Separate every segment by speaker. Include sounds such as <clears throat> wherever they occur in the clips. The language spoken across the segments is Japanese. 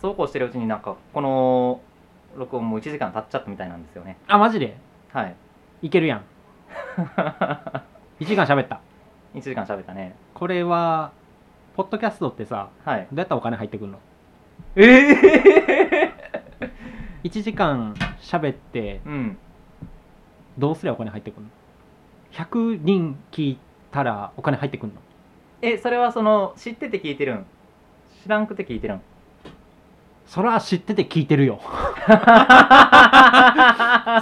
Speaker 1: そうこうしてるうちになんかこの録音も1時間経っちゃったみたいなんですよね
Speaker 2: あマジで
Speaker 1: はい <laughs>
Speaker 2: いけるやん1時間喋った
Speaker 1: 1時間喋ったね
Speaker 2: これはポッドキャストってさ
Speaker 1: はい
Speaker 2: どうやったらお金入ってくるの
Speaker 1: え
Speaker 2: <laughs>
Speaker 1: え
Speaker 2: 1時間喋って
Speaker 1: うん
Speaker 2: どうすればお金入ってくるの100人聞いたらお金入ってくるの
Speaker 1: えそれはその知ってて聞いてるん知らんくて聞いてるん
Speaker 2: そら知ってて聞いて
Speaker 1: <laughs>
Speaker 2: るよ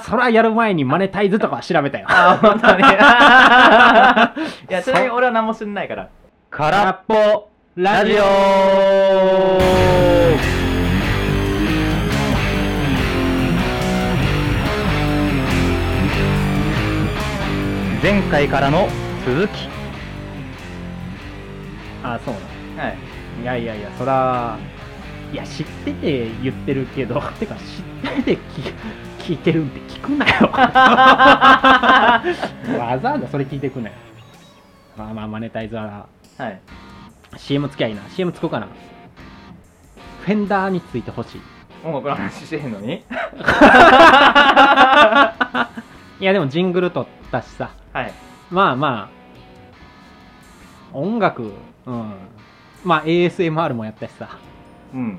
Speaker 2: そらやる前にマネタイズとかは調べたよ
Speaker 1: あ本当に <laughs> いやちなみに
Speaker 2: そう
Speaker 1: 俺は何も知んないから
Speaker 2: 空っぽラジオ
Speaker 1: 前回からの続き
Speaker 2: あそうなの
Speaker 1: はい
Speaker 2: いやいやいやそらいや知ってて言ってるけど <laughs> てか知ってて聞聞いてるんって聞くなよわざわざそれ聞いてくなよまあまあマネタイズは
Speaker 1: はい
Speaker 2: CM つきゃいいな CM つこうかなフェンダーについてほしい
Speaker 1: 音楽の話してへんの
Speaker 2: <laughs>
Speaker 1: に
Speaker 2: いやでもジングル撮ったしさ
Speaker 1: はい
Speaker 2: まあまあ音楽うんまあ ASMR もやったしさ
Speaker 1: うん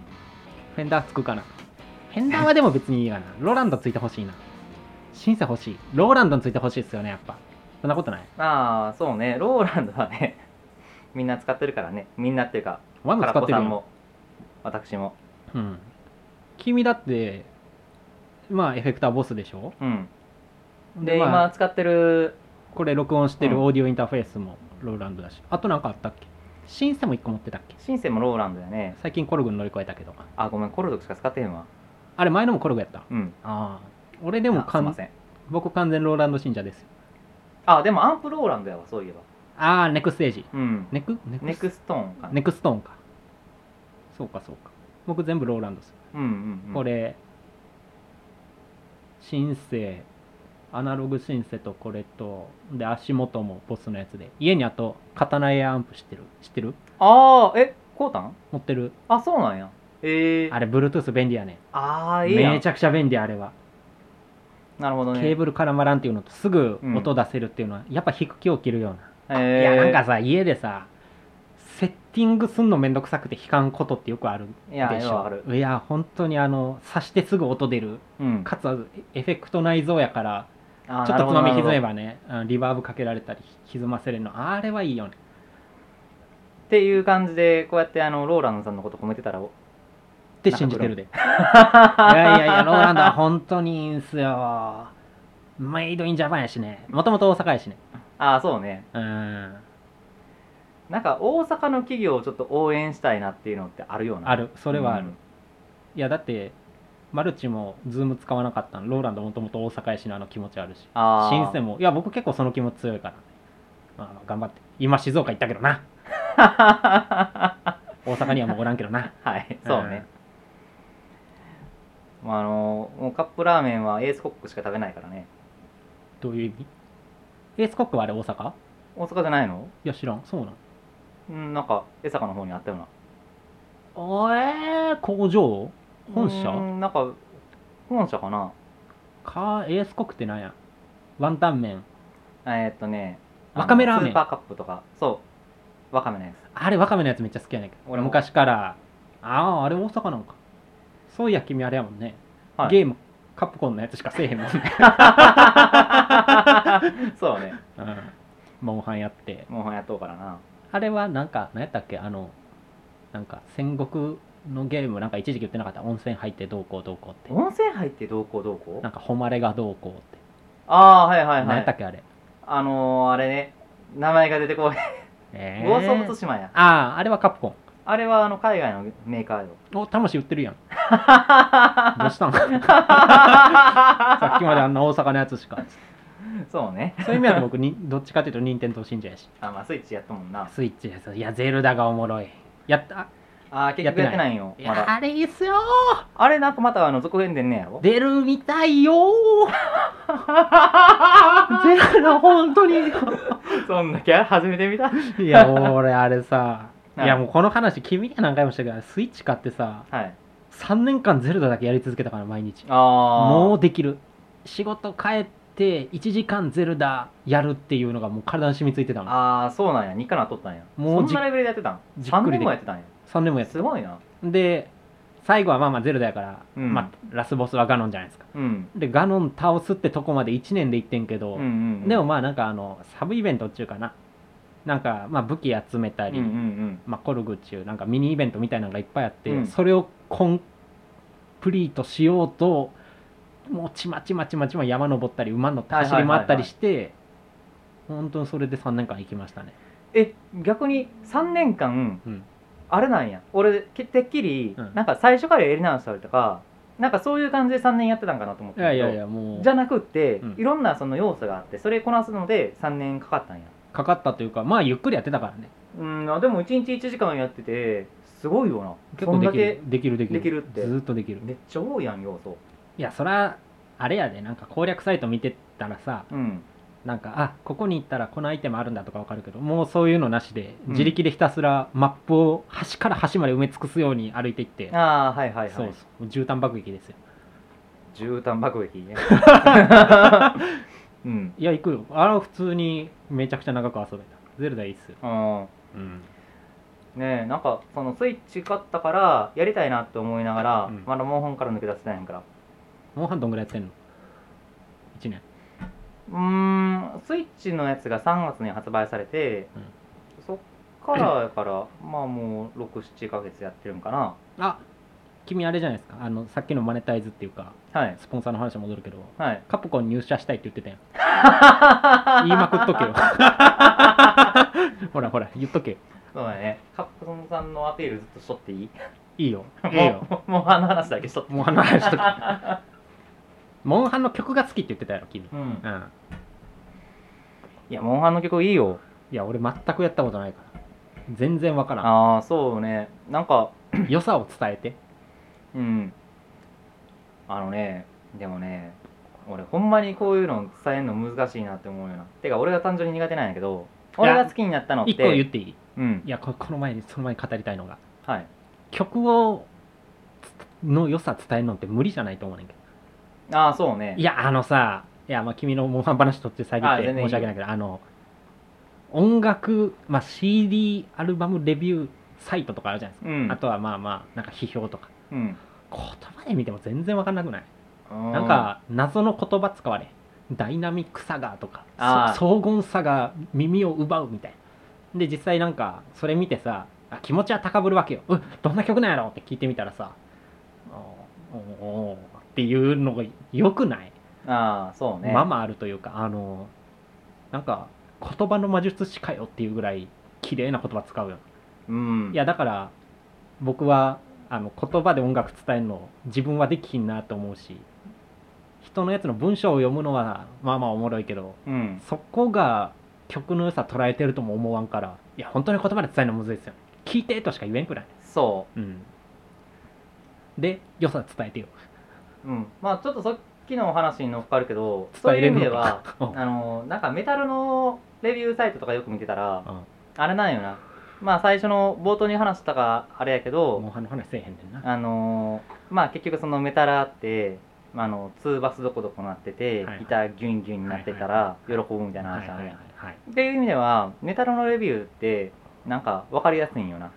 Speaker 2: フェンダーつくかなフェンダーはでも別にいいかなローランドついてほしいなシンセ欲しいローランドについてほしいですよねやっぱそんなことない
Speaker 1: ああそうねローランドはね <laughs> みんな使ってるからねみんなっていうか
Speaker 2: お前も
Speaker 1: カラ
Speaker 2: 使っ
Speaker 1: コ
Speaker 2: てる
Speaker 1: さ
Speaker 2: よ
Speaker 1: んも私も
Speaker 2: うん君だってまあエフェクターボスでしょ
Speaker 1: うん
Speaker 2: で
Speaker 1: で、
Speaker 2: ま
Speaker 1: 今
Speaker 2: あ、
Speaker 1: 使ってる
Speaker 2: これ録音して
Speaker 1: う
Speaker 2: る
Speaker 1: ん
Speaker 2: オーディオインターフェースもローランドだし、あとなんかあったっけシンセも1個持ってたっけ
Speaker 1: シンセもローランドやね
Speaker 2: 最近コルグ乗り越えたけど
Speaker 1: あごめんコルドしか使ってへんわ
Speaker 2: あれ前のもコルグやった
Speaker 1: うん
Speaker 2: ああ俺で
Speaker 1: で
Speaker 2: も
Speaker 1: すいま
Speaker 2: 完
Speaker 1: せん
Speaker 2: 僕完全ローランド信者ですよ
Speaker 1: あでもアンプローランドやわそういえば
Speaker 2: ああネクステージ
Speaker 1: うん
Speaker 2: ネクネク
Speaker 1: ネ
Speaker 2: ス
Speaker 1: クストーンかな
Speaker 2: ネクストーンかそうかそうか僕全部ローランドです、
Speaker 1: うんうん、うん、
Speaker 2: これシンセアナログシンセとこれとで足元もボスのやつで家にあと刀エアアンプ知ってる知ってる
Speaker 1: ああえこうたん
Speaker 2: 持ってる
Speaker 1: あそうなんやええー、
Speaker 2: あれ Bluetooth 便利やね
Speaker 1: ああいいやん
Speaker 2: めちゃくちゃ便利あれは、
Speaker 1: なるほどね
Speaker 2: ケーブル絡まらんっていうのとすぐ
Speaker 1: うん
Speaker 2: 音出せるっていうのは、やっぱ引く気を切るような
Speaker 1: え
Speaker 2: いやなんか
Speaker 1: さ
Speaker 2: さ家でさセッティングすんのめんどくさくて弾かんことってよくある
Speaker 1: いや
Speaker 2: でし
Speaker 1: よう
Speaker 2: ょ
Speaker 1: ある
Speaker 2: いや本当にあの刺してすぐ音出る
Speaker 1: うん
Speaker 2: かつエフェクト内蔵やから
Speaker 1: あー
Speaker 2: ちょっとつまみ
Speaker 1: なるほ
Speaker 2: 歪
Speaker 1: どなるほど
Speaker 2: めばねあのリバーブかけられたり歪ませれるのあれはいいよね
Speaker 1: っていう感じでこうやってあのローランドさんのこと褒めてたらお
Speaker 2: って信じてるでいや <laughs> いやいやローランドは本当にいいんすよメイドインジャパンやしねもともと大阪やしね
Speaker 1: ああそうね
Speaker 2: うん
Speaker 1: なんか大阪の企業をちょっと応援したいなっていうのってあるような
Speaker 2: あるそれはある、
Speaker 1: うん
Speaker 2: いやだってマルチもズーム使わなかったのローランドもともと大阪やしのあの気持ちあるし
Speaker 1: あ
Speaker 2: 新
Speaker 1: 鮮
Speaker 2: 鮮もいや僕結構その気持ち強いから、ね、まあ頑張って今静岡行ったけどな
Speaker 1: は
Speaker 2: 大阪にはもうおらんけどな <laughs>
Speaker 1: いそうね、まあ、あのもうカップラーメンはエースコックしか食べないからね
Speaker 2: どういう意味エースコックはあれ大阪い
Speaker 1: 大阪じゃないの
Speaker 2: や知らんそうなん
Speaker 1: うんなんか江坂の方にあったような
Speaker 2: おえー、工場本社
Speaker 1: うんなんか本社かな
Speaker 2: かエースコックってなんやワンタン麺
Speaker 1: えーっとね
Speaker 2: わかめラーメ
Speaker 1: あの
Speaker 2: ン
Speaker 1: スーパーカップとかそうわかめのやつ
Speaker 2: あれわかめのやつめっちゃ好きやねんけど
Speaker 1: 俺
Speaker 2: 俺
Speaker 1: も
Speaker 2: 昔からあああれ大阪なんかそういや君あれやもんね、
Speaker 1: はい
Speaker 2: ゲームカプコンのやつしかせえへんもん
Speaker 1: <laughs>
Speaker 2: ね、
Speaker 1: そうね
Speaker 2: うん、モンハンやって
Speaker 1: もうやっとうからな
Speaker 2: あれはなんか、何やったっけあの、なんか戦国のゲーム、なんか一時期言ってなかった温泉入ってどうこうどうこうって。
Speaker 1: 温泉入ってどうこうどうこう
Speaker 2: なんか誉れがどうこうって。
Speaker 1: ああーはいはい
Speaker 2: 何
Speaker 1: は
Speaker 2: やったっ
Speaker 1: い
Speaker 2: けあれ。
Speaker 1: あのー、あれね名前が出てこない
Speaker 2: え
Speaker 1: ゴースト・オブ・ツシマや
Speaker 2: ああ、あれはカプコン。
Speaker 1: あれはあの海外のメーカー
Speaker 2: <laughs>
Speaker 1: よ
Speaker 2: お、魂売ってるやん。どうしたん <laughs> さっ
Speaker 1: さ
Speaker 2: きまであんな大阪のやつしか。
Speaker 1: そうね
Speaker 2: そういう意味だと僕に、どっちかっていうと任天堂信者やし。
Speaker 1: あまあスイッチやったもんな
Speaker 2: スイッチです。いや、ゼルダがおもろい。やった。
Speaker 1: あー結局やってないんよ
Speaker 2: い
Speaker 1: ま
Speaker 2: や、
Speaker 1: だ
Speaker 2: あれいいっすよ
Speaker 1: あれなんかまたあの続編でんねやろ
Speaker 2: ー出るみたいよ <laughs> ーゼルダ本当に。
Speaker 1: そんだけ初めて見た <laughs>
Speaker 2: いや、俺、あれさ、
Speaker 1: はい
Speaker 2: いや、もうこの話、君には何回もしたけど、スイッチ買ってさ、
Speaker 1: はい
Speaker 2: 3年間ゼルダだけやり続けたから毎日
Speaker 1: ああ
Speaker 2: もうできる仕事帰って1時間ゼルダやるっていうのがもう体に染みついてたの
Speaker 1: ああそうなんや2から取ったんや
Speaker 2: もう
Speaker 1: そんなレベルでやってたん
Speaker 2: じっ
Speaker 1: 3
Speaker 2: く
Speaker 1: 年
Speaker 2: りで
Speaker 1: もやってたんや
Speaker 2: 3年もやって
Speaker 1: すごいな
Speaker 2: で最後はまあまあゼルダやから、
Speaker 1: うん
Speaker 2: まあ、ラスボスはガノンじゃないですか
Speaker 1: うん
Speaker 2: でガノン倒すってとこまで1年で行ってんけ
Speaker 1: う
Speaker 2: ど、
Speaker 1: んうん
Speaker 2: でもまあなんかあのサブイベントっちゅうかななんかまあ武器集めた
Speaker 1: うん
Speaker 2: り、
Speaker 1: うんうん
Speaker 2: まあ、コルグっちゅうなんかミニイベントみたいなのがいっぱいあって、
Speaker 1: うん
Speaker 2: それをコンプリートしようともうちまちまちまちま山登ったり馬乗ったり走り回ったりして、本当にそれで3年間行きましたね、
Speaker 1: え逆に3年間
Speaker 2: うん、
Speaker 1: あれなんや俺ててっきり、
Speaker 2: うん
Speaker 1: なんか最初からやり直したりとかなんかそういう感じで3年やってたんかなと思っ
Speaker 2: い
Speaker 1: て
Speaker 2: やいやいやもう
Speaker 1: じゃなくって、
Speaker 2: うん
Speaker 1: いろんなその要素があってそれこなすので3年かかったんや
Speaker 2: かかったというかまあゆっくりやってたからね
Speaker 1: うんあでも1日1時間やっててすごいよな
Speaker 2: 結
Speaker 1: そ
Speaker 2: 構
Speaker 1: ん
Speaker 2: で
Speaker 1: だ
Speaker 2: きる
Speaker 1: け
Speaker 2: できるでき
Speaker 1: で
Speaker 2: る
Speaker 1: きるって
Speaker 2: ずーっとできる
Speaker 1: めっちゃ多いやん要素
Speaker 2: いやそらあれやでなんか攻略サイト見てたらさ
Speaker 1: うん
Speaker 2: なんかあここに行ったらこのアイテムあるんだとかわかるけどもうそういうのなしで
Speaker 1: うん
Speaker 2: 自力でひたすらマップを端から端まで埋め尽くすように歩いていって、
Speaker 1: ああはいはいはい
Speaker 2: そうそう絨毯爆撃ですよ
Speaker 1: 絨毯爆撃ね <laughs> うん
Speaker 2: いや行くよあれは普通にめちゃくちゃ長く遊べたゼルダいいっすよ、
Speaker 1: あ
Speaker 2: うん、
Speaker 1: ーねえなんかそのスイッチ買ったからやりたいなって思いながら、
Speaker 2: うん
Speaker 1: まだモンハンから抜け出せてないんやから
Speaker 2: モンハンどんぐらいやってんの1年
Speaker 1: うーんスイッチのやつが3月に発売されて、
Speaker 2: うん
Speaker 1: そっからやから <clears throat> まあもう67ヶ月やってるんかな
Speaker 2: あ君あれじゃないですかあのさっきのマネタイズっていうか
Speaker 1: はい
Speaker 2: スポンサーの話に戻るけど
Speaker 1: はい
Speaker 2: カプコン入社したいって言ってたやん
Speaker 1: <laughs>
Speaker 2: 言いまくっとけよ <laughs> ほらほら言っとけよ
Speaker 1: そうだねカプコンさんのアピールずっとしとっていい
Speaker 2: いいよ
Speaker 1: もう
Speaker 2: いいよ
Speaker 1: もうあの話だけしとって
Speaker 2: モンハンの話しとけモンハンの曲が好きって言ってたやろ君
Speaker 1: うん
Speaker 2: うん
Speaker 1: いやモンハンの曲いいよ
Speaker 2: いや俺全くやったことないから全然わからん
Speaker 1: ああそうねなんか
Speaker 2: 良さを伝えて
Speaker 1: うんあのねでもね俺ほんまにこういうの伝えるの難しいなって思うよなてか俺が単純に苦手なんやけど
Speaker 2: い
Speaker 1: 俺
Speaker 2: や
Speaker 1: が好きになったのって
Speaker 2: 一個言っていい
Speaker 1: うん
Speaker 2: いやここの前にその前に語りたいのが
Speaker 1: はい
Speaker 2: 曲をの良さ伝えるのって無理じゃないと思うねんけど
Speaker 1: ああそうね
Speaker 2: いやあのさいやまあ君のモンハン話とって遮
Speaker 1: あ
Speaker 2: っ
Speaker 1: 全
Speaker 2: て
Speaker 1: 然いいよ
Speaker 2: 申し訳ないけどあの音楽、まあ、CD アルバムレビューサイトとかあるじゃないですか、
Speaker 1: うん
Speaker 2: あとはまあまあなんか批評とか
Speaker 1: うん
Speaker 2: 言葉で見ても全然わかんなくない
Speaker 1: な
Speaker 2: なんか謎の言葉使われダイナミックさがとか
Speaker 1: あー
Speaker 2: そ荘厳さが耳を奪うみたいなで実際なんかそれ見てさあ気持ちは高ぶるわけようっどんな曲なんやろって聞いてみたらさおーおーっていうのがよくない、
Speaker 1: ああそうね
Speaker 2: ままあるというかあのなんか言葉の魔術師かよっていうぐらい綺麗な言葉使うよ
Speaker 1: うん
Speaker 2: いやだから僕はあの言葉で音楽伝えるの自分はできひんなと思うし人のやつの文章を読むのはまあまあおもろいけど
Speaker 1: うん
Speaker 2: そこが曲の良さ捉えてるとも思わんからいや本当に言葉で伝えるのむずいですよ聞いてとしか言えんくらい
Speaker 1: そ
Speaker 2: うんで良さ伝えてよ
Speaker 1: ううんまあちょっとさっきのお話に乗っかるけどそ
Speaker 2: 伝
Speaker 1: う
Speaker 2: え
Speaker 1: いう意
Speaker 2: れ
Speaker 1: 味で
Speaker 2: るの
Speaker 1: は
Speaker 2: かうん
Speaker 1: あのなんかメタルのレビューサイトとかよく見てたら
Speaker 2: うん
Speaker 1: あれなんよなまあ最初の冒頭に話したかあれやけど
Speaker 2: モンハンの話せえへんねんな
Speaker 1: あのーまあ結局そのメタラって、まあ、あのツーバスどこどこなってて、
Speaker 2: はいはい
Speaker 1: ギターギュインギュインになってたら喜ぶみたいな話あるやん、
Speaker 2: はいはいはい
Speaker 1: っていう意味ではメタラのレビューってなんか分かりやすいんよな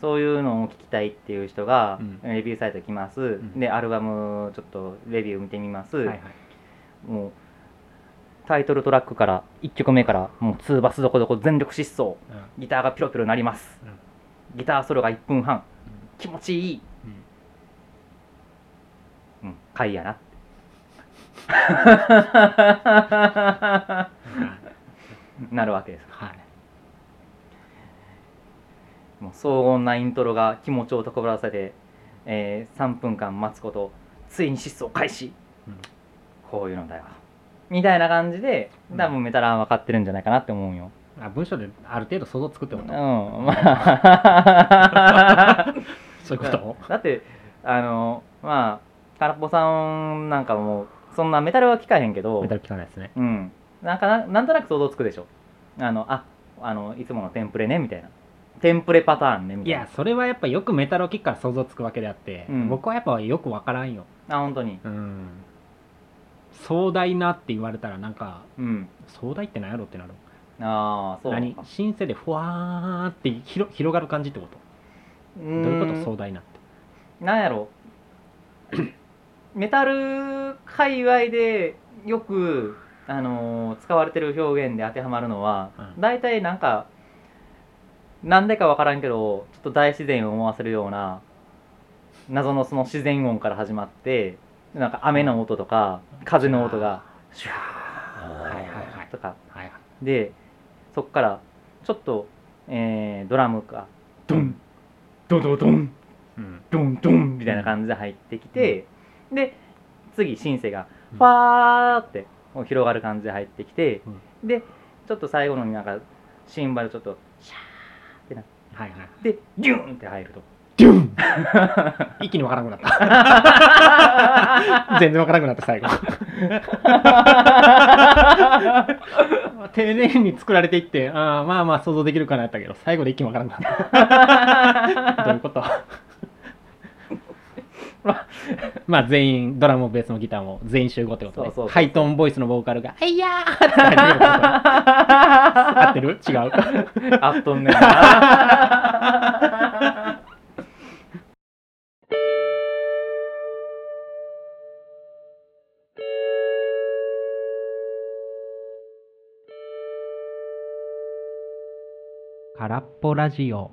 Speaker 1: そういうのを聞きたいっていう人が
Speaker 2: うん
Speaker 1: レビューサイト来ます、
Speaker 2: ん
Speaker 1: でアルバムちょっとレビュー見てみます、
Speaker 2: はいはい
Speaker 1: もうタイトルトラックから1曲目からもうツーバスどこどこ全力疾走
Speaker 2: うん
Speaker 1: ギターがピロピロ鳴ります、
Speaker 2: うん
Speaker 1: ギターソロが1分半気持ちいい
Speaker 2: うん
Speaker 1: うん、回やな。なるわけです。
Speaker 2: はい
Speaker 1: もう荘厳なイントロが気持ちを高ぶらせて、えー3分間待つこと、ついに疾走開始、
Speaker 2: うん
Speaker 1: こういうのだよ。みたいな感じで、
Speaker 2: うん
Speaker 1: 多分メタラは分かってるんじゃないかなって思うよ。
Speaker 2: あ文章である程度想像つくって
Speaker 1: う
Speaker 2: こ
Speaker 1: ん、
Speaker 2: と、
Speaker 1: まあ。
Speaker 2: そういうこと
Speaker 1: <laughs> だって、あの、まあ、空っぽさんなんかも、そんなメタルは聞かへんけど、
Speaker 2: メタル聞かないですね
Speaker 1: うん、なんかななんとなく想像つくでしょあのああのいつものテンプレねみたいなテンプレパターンねみ
Speaker 2: い
Speaker 1: たいな
Speaker 2: やそれはやっぱよくメタルを聞くから想像つくわけであって、
Speaker 1: うん
Speaker 2: 僕はやっぱよくわからんよ、
Speaker 1: あ本当に
Speaker 2: うん、壮大なって言われたらなんか
Speaker 1: うん
Speaker 2: 壮大って何やろってなる
Speaker 1: ああそう
Speaker 2: 何シンセでふわーって広広がる感じってこと
Speaker 1: どう
Speaker 2: どういうこと
Speaker 1: そ
Speaker 2: 壮大なって
Speaker 1: なんやろメタル界隈でよく、あのー使われてる表現で当てはまるのは、
Speaker 2: うん
Speaker 1: 大体なんかなんでかわからんけどちょっと大自然を思わせるような謎のその自然音から始まってなんか雨の音とか風の音がシュ
Speaker 2: はいはいは
Speaker 1: ー
Speaker 2: い
Speaker 1: とか
Speaker 2: はい
Speaker 1: でそっからちょっと、えードラムがドンドドドン
Speaker 2: うん
Speaker 1: ドンドンみたいな感じで入ってきて、で次シンセが
Speaker 2: うん
Speaker 1: ファーってこう広がる感じで入ってきて、でちょっと最後のになんかシンバルちょっとシ
Speaker 2: はいはい
Speaker 1: ャーでギュンって入る
Speaker 2: <laughs>
Speaker 1: と
Speaker 2: デュン一気にわからなくなった
Speaker 1: <laughs>
Speaker 2: 全然わからなくなった最後丁寧に作られていってあーまあまあ想像できるかなやったけど最後で一気にわからなくな
Speaker 1: <laughs>
Speaker 2: ったどういうことまあ全員ドラムもベースもギターも全員集合ってことで
Speaker 1: そうそうそう
Speaker 2: ハイトーンボイスのボーカルが「はいやー!」って入ってくるってこと合ってる違う
Speaker 1: あっとんねん
Speaker 2: <laughs>
Speaker 1: な
Speaker 2: 空っぽラジオ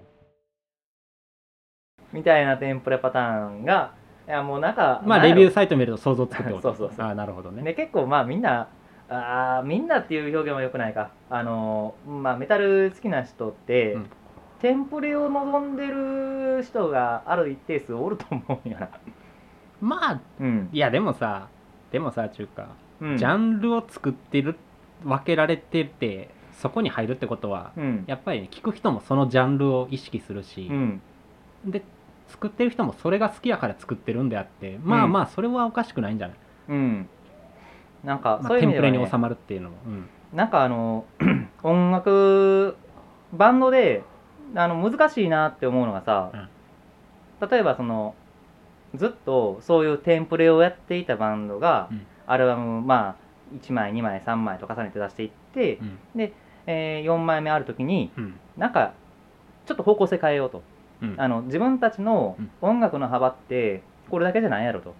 Speaker 1: みたいなテンプレパターンがいやもうなんか
Speaker 2: まあ
Speaker 1: なん
Speaker 2: レ
Speaker 1: やろ
Speaker 2: ビューサイト見ると想像つくってこと
Speaker 1: <laughs> そうそうそう
Speaker 2: ああなるほどね
Speaker 1: ね、結構まあみんなあーみんなっていう表現はよくないかあのー、まあ、メタル好きな人って、
Speaker 2: うん
Speaker 1: テンプレを望んでる人がある一定数おると思うんやな
Speaker 2: まあ
Speaker 1: うん、
Speaker 2: いやでもさでもさ中華、
Speaker 1: うん、
Speaker 2: ジャンルを作ってる分けられててそこに入るってことは
Speaker 1: うん
Speaker 2: やっぱりね、聞く人もそのジャンルを意識するし
Speaker 1: う、ん
Speaker 2: で作ってる人もそれが好きやから作ってるんであってまあまあそれはおかしくないんじゃない、
Speaker 1: うんなんか
Speaker 2: ま
Speaker 1: そ
Speaker 2: あ、
Speaker 1: ういう
Speaker 2: テ
Speaker 1: 意
Speaker 2: ン
Speaker 1: 味
Speaker 2: プ
Speaker 1: で
Speaker 2: レ
Speaker 1: は、ね
Speaker 2: に収まるっていうのも、うん
Speaker 1: なんかあの <clears throat> 音楽バンドであの難しいなって思うのがさ、例えばそのずっとそういうテンプレをやっていたバンドが、
Speaker 2: うん
Speaker 1: アルバムまあ1枚2枚3枚と重ねて出していって、
Speaker 2: うん
Speaker 1: え4枚目ある時に
Speaker 2: うん
Speaker 1: なんかちょっと方向性変えようと、
Speaker 2: うん
Speaker 1: あの自分たちの
Speaker 2: うん
Speaker 1: 音楽の幅ってこれだけじゃないやろと、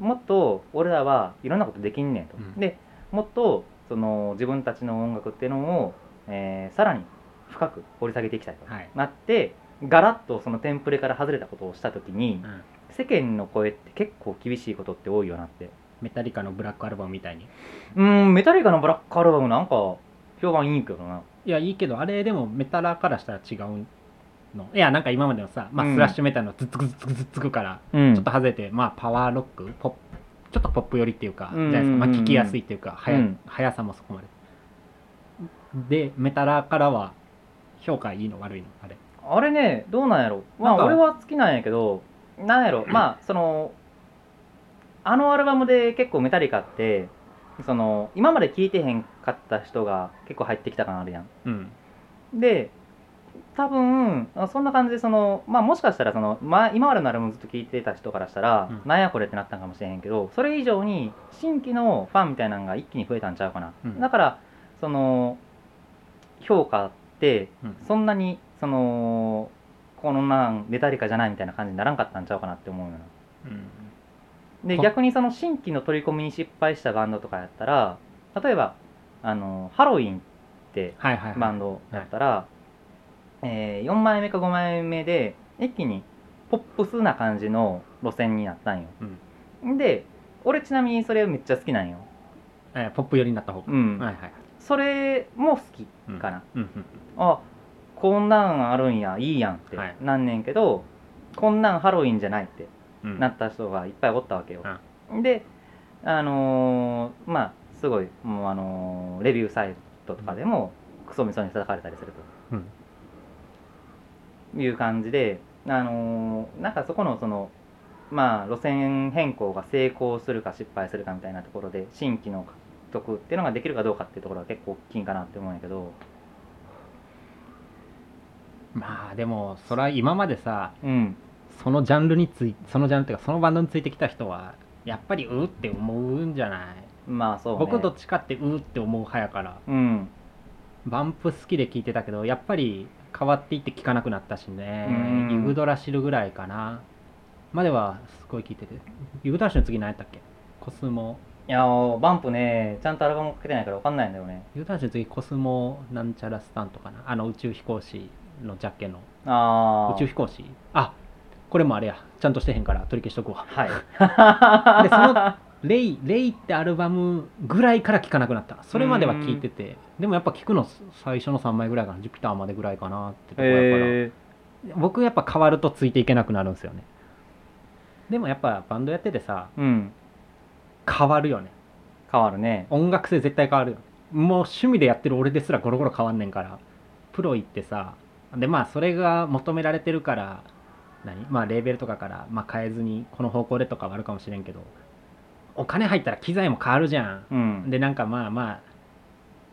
Speaker 1: もっと俺らはいろんなことできんねんと、
Speaker 2: うん
Speaker 1: でもっとその自分たちの音楽っていうのを、えーさらに深く掘り下げていきたいと、
Speaker 2: はい
Speaker 1: なってガラッとそのテンプレから外れたことをした時に、
Speaker 2: うん
Speaker 1: 世間の声って結構厳しいことって多いよなって
Speaker 2: メタリカのブラックアルバムみたいに
Speaker 1: うーんメタリカのブラックアルバムなんか評判いいんけどない
Speaker 2: やいいけどあれでもメタラからしたら違うのいやなんか今までのさ、まあ、
Speaker 1: うん
Speaker 2: スラッシュメタルのズッツクズッツクズッツクから
Speaker 1: うん
Speaker 2: ちょっと外れて、まあパワーロックポップちょっとポップ寄りっていうか、
Speaker 1: うん
Speaker 2: じゃないですか、まあ、聞きやすいっていうか、速
Speaker 1: うん
Speaker 2: 速さもそこまででメタラからは評価いいの悪いのあれ
Speaker 1: あれねどうなんやろま
Speaker 2: なんか
Speaker 1: あ俺は好きなんやけどなんやろまあそのあのアルバムで結構メタリカってその今まで聴いてへんかった人が結構入ってきた感あるやん
Speaker 2: うん
Speaker 1: で多分あそんな感じでその、まあ、もしかしたらその、まあ、今までのアルバムずっと聴いてた人からしたら、
Speaker 2: うん
Speaker 1: なんやこれってなったんかもしれへんけどそれ以上に新規のファンみたいなのが一気に増えたんちゃうかな、
Speaker 2: うん
Speaker 1: だからその評価って
Speaker 2: うん
Speaker 1: そんなにそのこのなんメタリカじゃないみたいな感じにならんかったんちゃうかなって思うのよで
Speaker 2: ほ
Speaker 1: 逆にその新規の取り込みに失敗したバンドとかやったら例えばあのハロウィンって
Speaker 2: はいはいはい、
Speaker 1: バンドやったら、え4枚目か5枚目で一気にポップスな感じの路線になったんよ、で俺ちなみにそれめっちゃ好きなんよ、
Speaker 2: えーポップ寄りになった方が、
Speaker 1: うん
Speaker 2: はいはい
Speaker 1: それも好き
Speaker 2: うん
Speaker 1: かな、
Speaker 2: うんうん
Speaker 1: あこんなんあるんやいいやんって
Speaker 2: はい
Speaker 1: なんねんけど、こんなんハロウィンじゃないって
Speaker 2: うん
Speaker 1: なった人がいっぱいおったわけよ、であのーまあすごいもうあのーレビューサイトとかでもクソみそに叩かれたりする
Speaker 2: うん
Speaker 1: という感じであのーなんかそこのそのまあ路線変更が成功するか失敗するかみたいなところで新規の獲得っていうのができるかどうかっていうところは結構大きいんかなって思うんやけど
Speaker 2: まあでもそれは今までさ
Speaker 1: うん
Speaker 2: そのジャンルについそのジャンルっていうかそのバンドについてきた人はやっぱりうーって思うんじゃない、
Speaker 1: まあそうね
Speaker 2: 僕どっちかってうーって思う派やから
Speaker 1: うん
Speaker 2: バンプ好きで聞いてたけどやっぱり変わっていって聞かなくなったしね
Speaker 1: うん
Speaker 2: ユグドラ知るぐらいかなまではすごい聞いててユグドラ知の次何やったっけコスモ
Speaker 1: いやーバンプねちゃんとアルバムかけてないから分かんないんだよね
Speaker 2: ユグドラ知の次コスモなんちゃらスタントかなあの宇宙飛行士のジャッケの
Speaker 1: ああ
Speaker 2: 宇宙飛行士あこれもあれやちゃんとしてへんから取り消しと
Speaker 1: <laughs>
Speaker 2: くわ
Speaker 1: はい
Speaker 2: でその「レイ」「レイ」ってアルバムぐらいから聴かなくなったそれまでは聴いててでもやっぱ聴くの最初の3枚ぐらいかな「ジュピター」までぐらいかなってとこやから、
Speaker 1: え
Speaker 2: 僕やっぱ変わるとついていけなくなるんですよねでもやっぱバンドやっててさ
Speaker 1: ー、うん
Speaker 2: 変わるよね
Speaker 1: 変わるね
Speaker 2: 音楽性絶対変わるよもう趣味でやってる俺ですらゴロゴロ変わんねんからプロ行ってさでまあそれが求められてるから何まあレーベルとかから、まあ、変えずにこの方向でとかはあるかもしれんけどお金入ったら機材も変わるじゃん
Speaker 1: うん
Speaker 2: でなんかまあまあ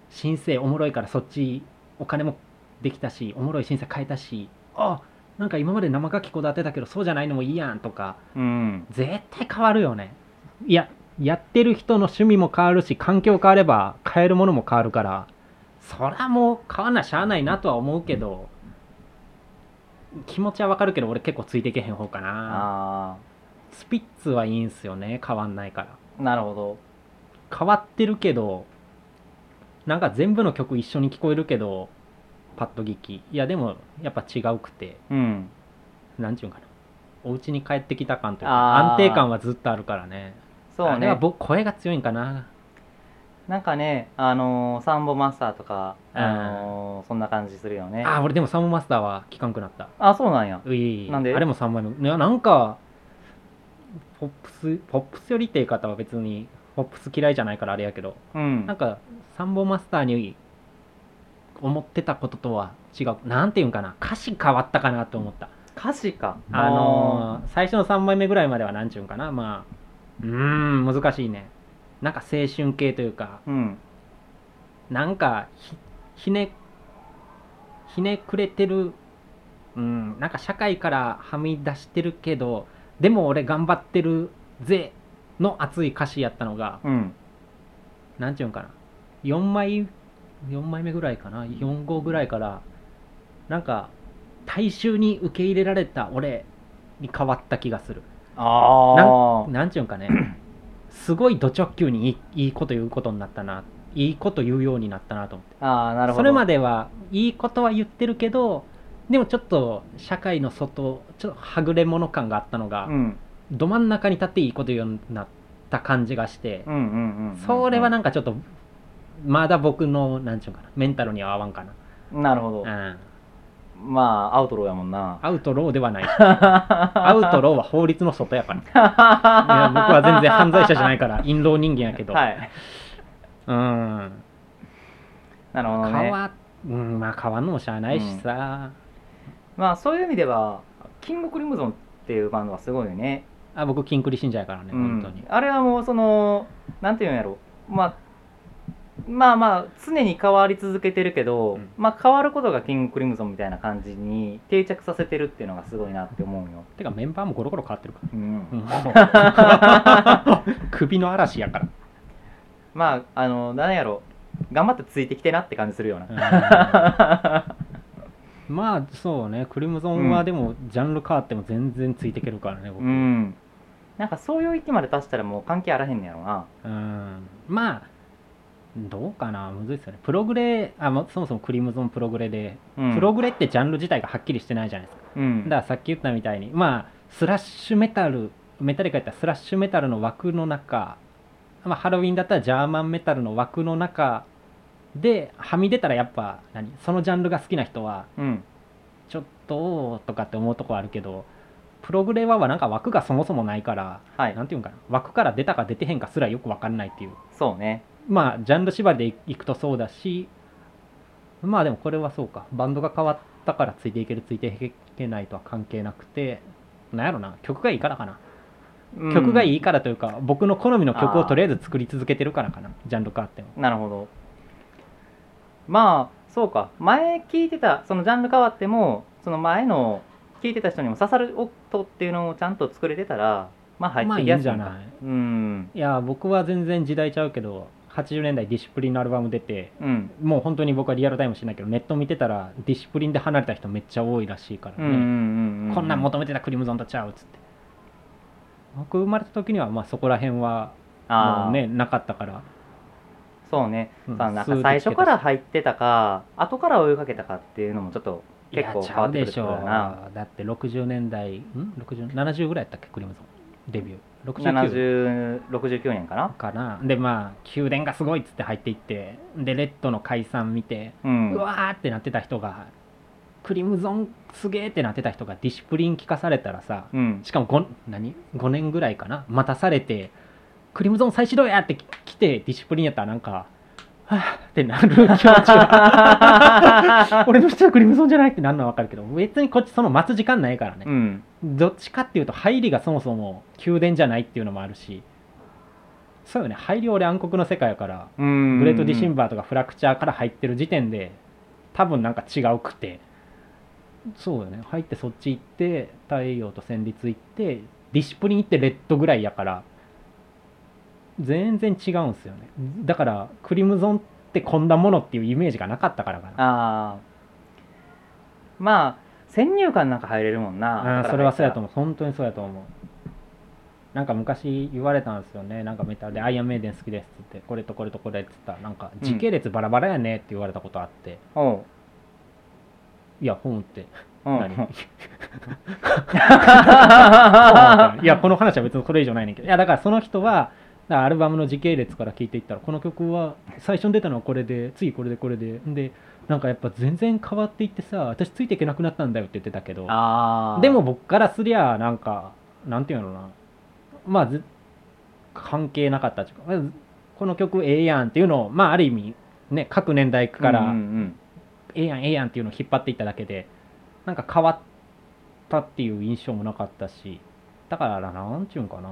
Speaker 2: 申請おもろいからそっちお金もできたしおもろい申請変えたしあなんか今まで生楽器こだわってたけどそうじゃないのもいいやんとか
Speaker 1: うん
Speaker 2: 絶対変わるよねいややってる人の趣味も変わるし環境変われば変えるものも変わるからそらもう変わんなしゃあないなとは思うけど気持ちはわかるけど俺結構ついていけへん方か
Speaker 1: あ
Speaker 2: なスピッツはいいんすよね変わんないから
Speaker 1: あなるほど
Speaker 2: 変わってるけどなんか全部の曲一緒に聞こえるけどパッと聞きいやでもやっぱ違うくて
Speaker 1: うん
Speaker 2: なんちゅうんかなお家に帰ってきた感という
Speaker 1: あー
Speaker 2: か安定感はずっとあるからね
Speaker 1: そう
Speaker 2: あれは
Speaker 1: ね
Speaker 2: 僕声が強いんかな
Speaker 1: なんかねあのー、サンボマスターとかあのーそんな感じするよね
Speaker 2: あー俺でもサムマスターは聞かんくなった
Speaker 1: あそうなんや
Speaker 2: うい
Speaker 1: なんで
Speaker 2: あれも3枚目いやなんかポップスポップスよりっていう方は別にポップス嫌いじゃないからあれやけど
Speaker 1: うん
Speaker 2: なんかサンボマスターに思ってたこととは違うなんていうんかな歌詞変わったかなと思った
Speaker 1: 歌詞か
Speaker 2: あのー最初の3枚目ぐらいまではなんちゅうんかなまあうーん難しいねなんか青春系というか
Speaker 1: ーうん
Speaker 2: なんかひひねひねくれてるうんなんか社会からはみ出してるけどでも俺頑張ってるぜの熱い歌詞やったのが
Speaker 1: うん
Speaker 2: なんていうんかな4枚4枚目ぐらいかな4号ぐらいからなんか大衆に受け入れられた俺に変わった気がする
Speaker 1: ああ
Speaker 2: なんていうんかねすごいド直球にいいいいこと言うことになったないいこと言うようになったなと思って
Speaker 1: ああなるほど
Speaker 2: それま
Speaker 1: で
Speaker 2: ではいいことは言ってるけどでもちょっと社会の外ちょっとはぐれ者感があったのが、
Speaker 1: うん
Speaker 2: ど真ん中に立っていいこと言うようになった感じがして、
Speaker 1: うんうんうんうんうん
Speaker 2: それはなんかちょっとまだ僕のなんちゅうかなメンタルには合わんかな、
Speaker 1: なるほど
Speaker 2: うん、
Speaker 1: まあアウトローやもんな
Speaker 2: アウトローではない
Speaker 1: ア
Speaker 2: <laughs> アウトローは法律の外
Speaker 1: <laughs>
Speaker 2: やからいや僕は全然犯罪者じゃないから陰謀人間やけど、
Speaker 1: はい
Speaker 2: うん
Speaker 1: なるほど
Speaker 2: 変
Speaker 1: ね
Speaker 2: わ,、うんまあ、変わんのもしゃあないしさ、
Speaker 1: まあそういう意味ではキングクリムゾンっていうバンドはすごいよね
Speaker 2: あ僕キンクリ信者やからね、
Speaker 1: うん
Speaker 2: 本当に
Speaker 1: あれはもうそのなんていうんやろまあまあまあ常に変わり続けてるけど、
Speaker 2: うん
Speaker 1: まあ変わることがキングクリムゾンみたいな感じに定着させてるっていうのがすごいなって思うよ、
Speaker 2: てかメンバーもゴロゴロ変わってるから
Speaker 1: <laughs> うん
Speaker 2: うん首の嵐やか
Speaker 1: まああのなんやろ頑張ってついてきてなって感じするよう
Speaker 2: <laughs>
Speaker 1: な
Speaker 2: ら、まあそうねクリムゾン
Speaker 1: う
Speaker 2: は
Speaker 1: ん
Speaker 2: でも、ジャンル変わっても全然ついていけるからね僕、
Speaker 1: うんなんかそういう域まで達したらもう関係あらへんねやろな
Speaker 2: うんまあどうかなむずいっすよねプログレあもそもそもクリムゾンプログレで、
Speaker 1: うん
Speaker 2: プログレってジャンル自体がはっきりしてないじゃないですか、
Speaker 1: うん
Speaker 2: だからさっき言ったみたいにまあスラッシュメタルメタリカやったらスラッシュメタルの枠の中、まあ、ハロウィンだったらジャーマンメタルの枠の中ではみ出たらやっぱ何そのジャンルが好きな人は
Speaker 1: うん
Speaker 2: ちょっととかって思うとこあるけどプログレはなんか枠がそもそもないから
Speaker 1: はい
Speaker 2: なんていうんかな枠から出たか出てへんかすらよく分かんないっていう
Speaker 1: そうね
Speaker 2: まあジャンル縛りでいくとそうだしまあでもこれはそうかバンドが変わったからついていけるついていけないとは関係なくてなんやろな曲がいいからかな、曲がい
Speaker 1: い
Speaker 2: いからというか僕の好みの曲をとりあえず作り続けてるからかなジャンル変わっても
Speaker 1: なるほどまあそうか前聞いてたそのジャンル変わってもその前の聞いてた人にも刺さる音っていうのをちゃんと作れてたらまあ入
Speaker 2: ま
Speaker 1: って
Speaker 2: あい
Speaker 1: き
Speaker 2: い
Speaker 1: や
Speaker 2: ん
Speaker 1: す
Speaker 2: じ
Speaker 1: い
Speaker 2: ゃ
Speaker 1: んか
Speaker 2: ない
Speaker 1: うん
Speaker 2: いや僕は全然時代ちゃうけど80年代ディシプリンのアルバム出て
Speaker 1: うん
Speaker 2: もう本当に僕はリアルタイムしてないけどネット見てたらディシプリンで離れた人めっちゃ多いらしいから
Speaker 1: うん
Speaker 2: ね、
Speaker 1: うんうんうん
Speaker 2: こんなん求めてたクリムゾンとちゃうっつって僕生まれた時にはまあそこら辺は
Speaker 1: あ
Speaker 2: も
Speaker 1: あ
Speaker 2: うねなかったから、
Speaker 1: そうね、
Speaker 2: うん
Speaker 1: さあなん
Speaker 2: ス
Speaker 1: か
Speaker 2: ーッと
Speaker 1: 最
Speaker 2: 来て
Speaker 1: 初
Speaker 2: た
Speaker 1: から入ってたか後から追いかけたかっていうのもちょっと
Speaker 2: いや
Speaker 1: 結構
Speaker 2: ち
Speaker 1: 変
Speaker 2: ゃ
Speaker 1: わ
Speaker 2: う
Speaker 1: ってく
Speaker 2: で
Speaker 1: る
Speaker 2: し
Speaker 1: と
Speaker 2: ょ
Speaker 1: ころだな
Speaker 2: うだって60年代ん60 70ぐらいやったっけクリムゾンデビュー69
Speaker 1: 7069年かな
Speaker 2: かなでまあ宮殿がすごいっつって入っていってでレッドの解散見て、
Speaker 1: うん
Speaker 2: うわーってなってた人がクリムゾンすげーってなってた人がディシプリン聞かされたらさ
Speaker 1: うん
Speaker 2: しかも 5, 何5年ぐらいかな待たされてクリムゾン再始動やって来てディシプリンやったらなんかはぁってなる気持
Speaker 1: <laughs>
Speaker 2: ちは俺の人はクリムゾンじゃないってなるのは分かるけど別にこっちその待つ時間ないからね
Speaker 1: う、ん
Speaker 2: どっちかっていうと入りがそもそも宮殿じゃないっていうのもあるしそうよね入り俺暗黒の世界やから、
Speaker 1: うん
Speaker 2: グレート・ディシンバーとかフラクチャーから入ってる時点で多分なんか違うくてそうよね入ってそっち行って太陽と旋律行ってディシプリン行ってレッドぐらいやから全然違うんすよねだからクリムゾンってこんなものっていうイメージがなかったからかな
Speaker 1: ああまあ先入観なんか入れるもんな
Speaker 2: あーそれはそうやと
Speaker 1: 思
Speaker 2: 思う本当にそうやと思うなんか昔言われたんですよねなんかメタルで「アイアンメイデン好きです」って言って「これとこれとこれ」って言ったらなんか
Speaker 1: うん
Speaker 2: 時系列バラバラやねって言われたことあって、
Speaker 1: うおう
Speaker 2: いや本って
Speaker 1: うん <laughs>
Speaker 2: 何、 <laughs> いやこの話は別にこれ以上ないねんけどいやだからその人はだからアルバムの時系列から聞いていったらこの曲は最初に出たのはこれで次これでこれでんでなんかやっぱ全然変わっていってさ私ついていけなくなったんだよって言ってたけど
Speaker 1: ああ
Speaker 2: でも僕からすりゃなんかなんていうのなまあず関係なかったっていうかまあずこの曲ええやんっていうのをまあある意味ね各年代か
Speaker 1: うんう
Speaker 2: ら
Speaker 1: ん
Speaker 2: ええやんええやんっていうのを引っ張っていっただけでなんか変わったっていう印象もなかったしだからなんていうんかな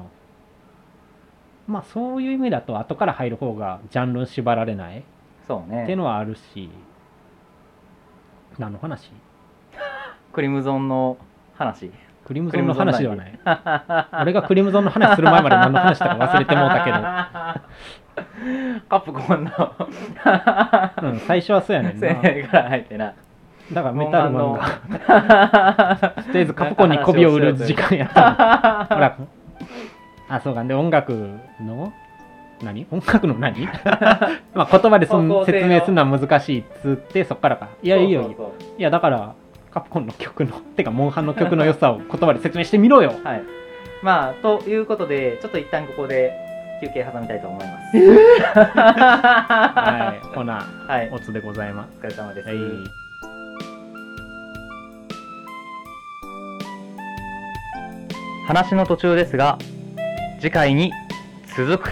Speaker 2: まあそういう意味だと後から入る方がジャンルに縛られない
Speaker 1: そうね
Speaker 2: っていうのはあるし何の話
Speaker 1: クリムゾンの話
Speaker 2: クリムゾンの話ではない俺がクリムゾンの話する前まで何の話だか忘れてもうたけど、
Speaker 1: ど <laughs> カプコンの
Speaker 2: うん、最初は <laughs> そう
Speaker 1: <laughs>
Speaker 2: やねんな
Speaker 1: 先
Speaker 2: だ
Speaker 1: 生から入ってな
Speaker 2: からメタルマン
Speaker 1: 本
Speaker 2: が <laughs>
Speaker 1: 番
Speaker 2: とりあえずカプコンに媚びを売る時間やったのほらあそうかで音楽の何音楽の何 <laughs> まあ言葉でそ
Speaker 1: 方
Speaker 2: の
Speaker 1: 向性の
Speaker 2: 説明するのは難しいっつってそっからかいやいいよ
Speaker 1: そうそうそ
Speaker 2: いやだからカプコンの曲の <laughs> てかモンハンの曲の良さを言葉で説明してみ
Speaker 1: <laughs>
Speaker 2: ろよ
Speaker 1: うはいまあということでちょっと一旦ここで休憩挟みたいと思います
Speaker 2: は
Speaker 1: はい
Speaker 2: ほな
Speaker 1: はい
Speaker 2: おつでございま
Speaker 1: お疲れ様ですす、
Speaker 2: はい
Speaker 1: 話の途中ですが次回に続く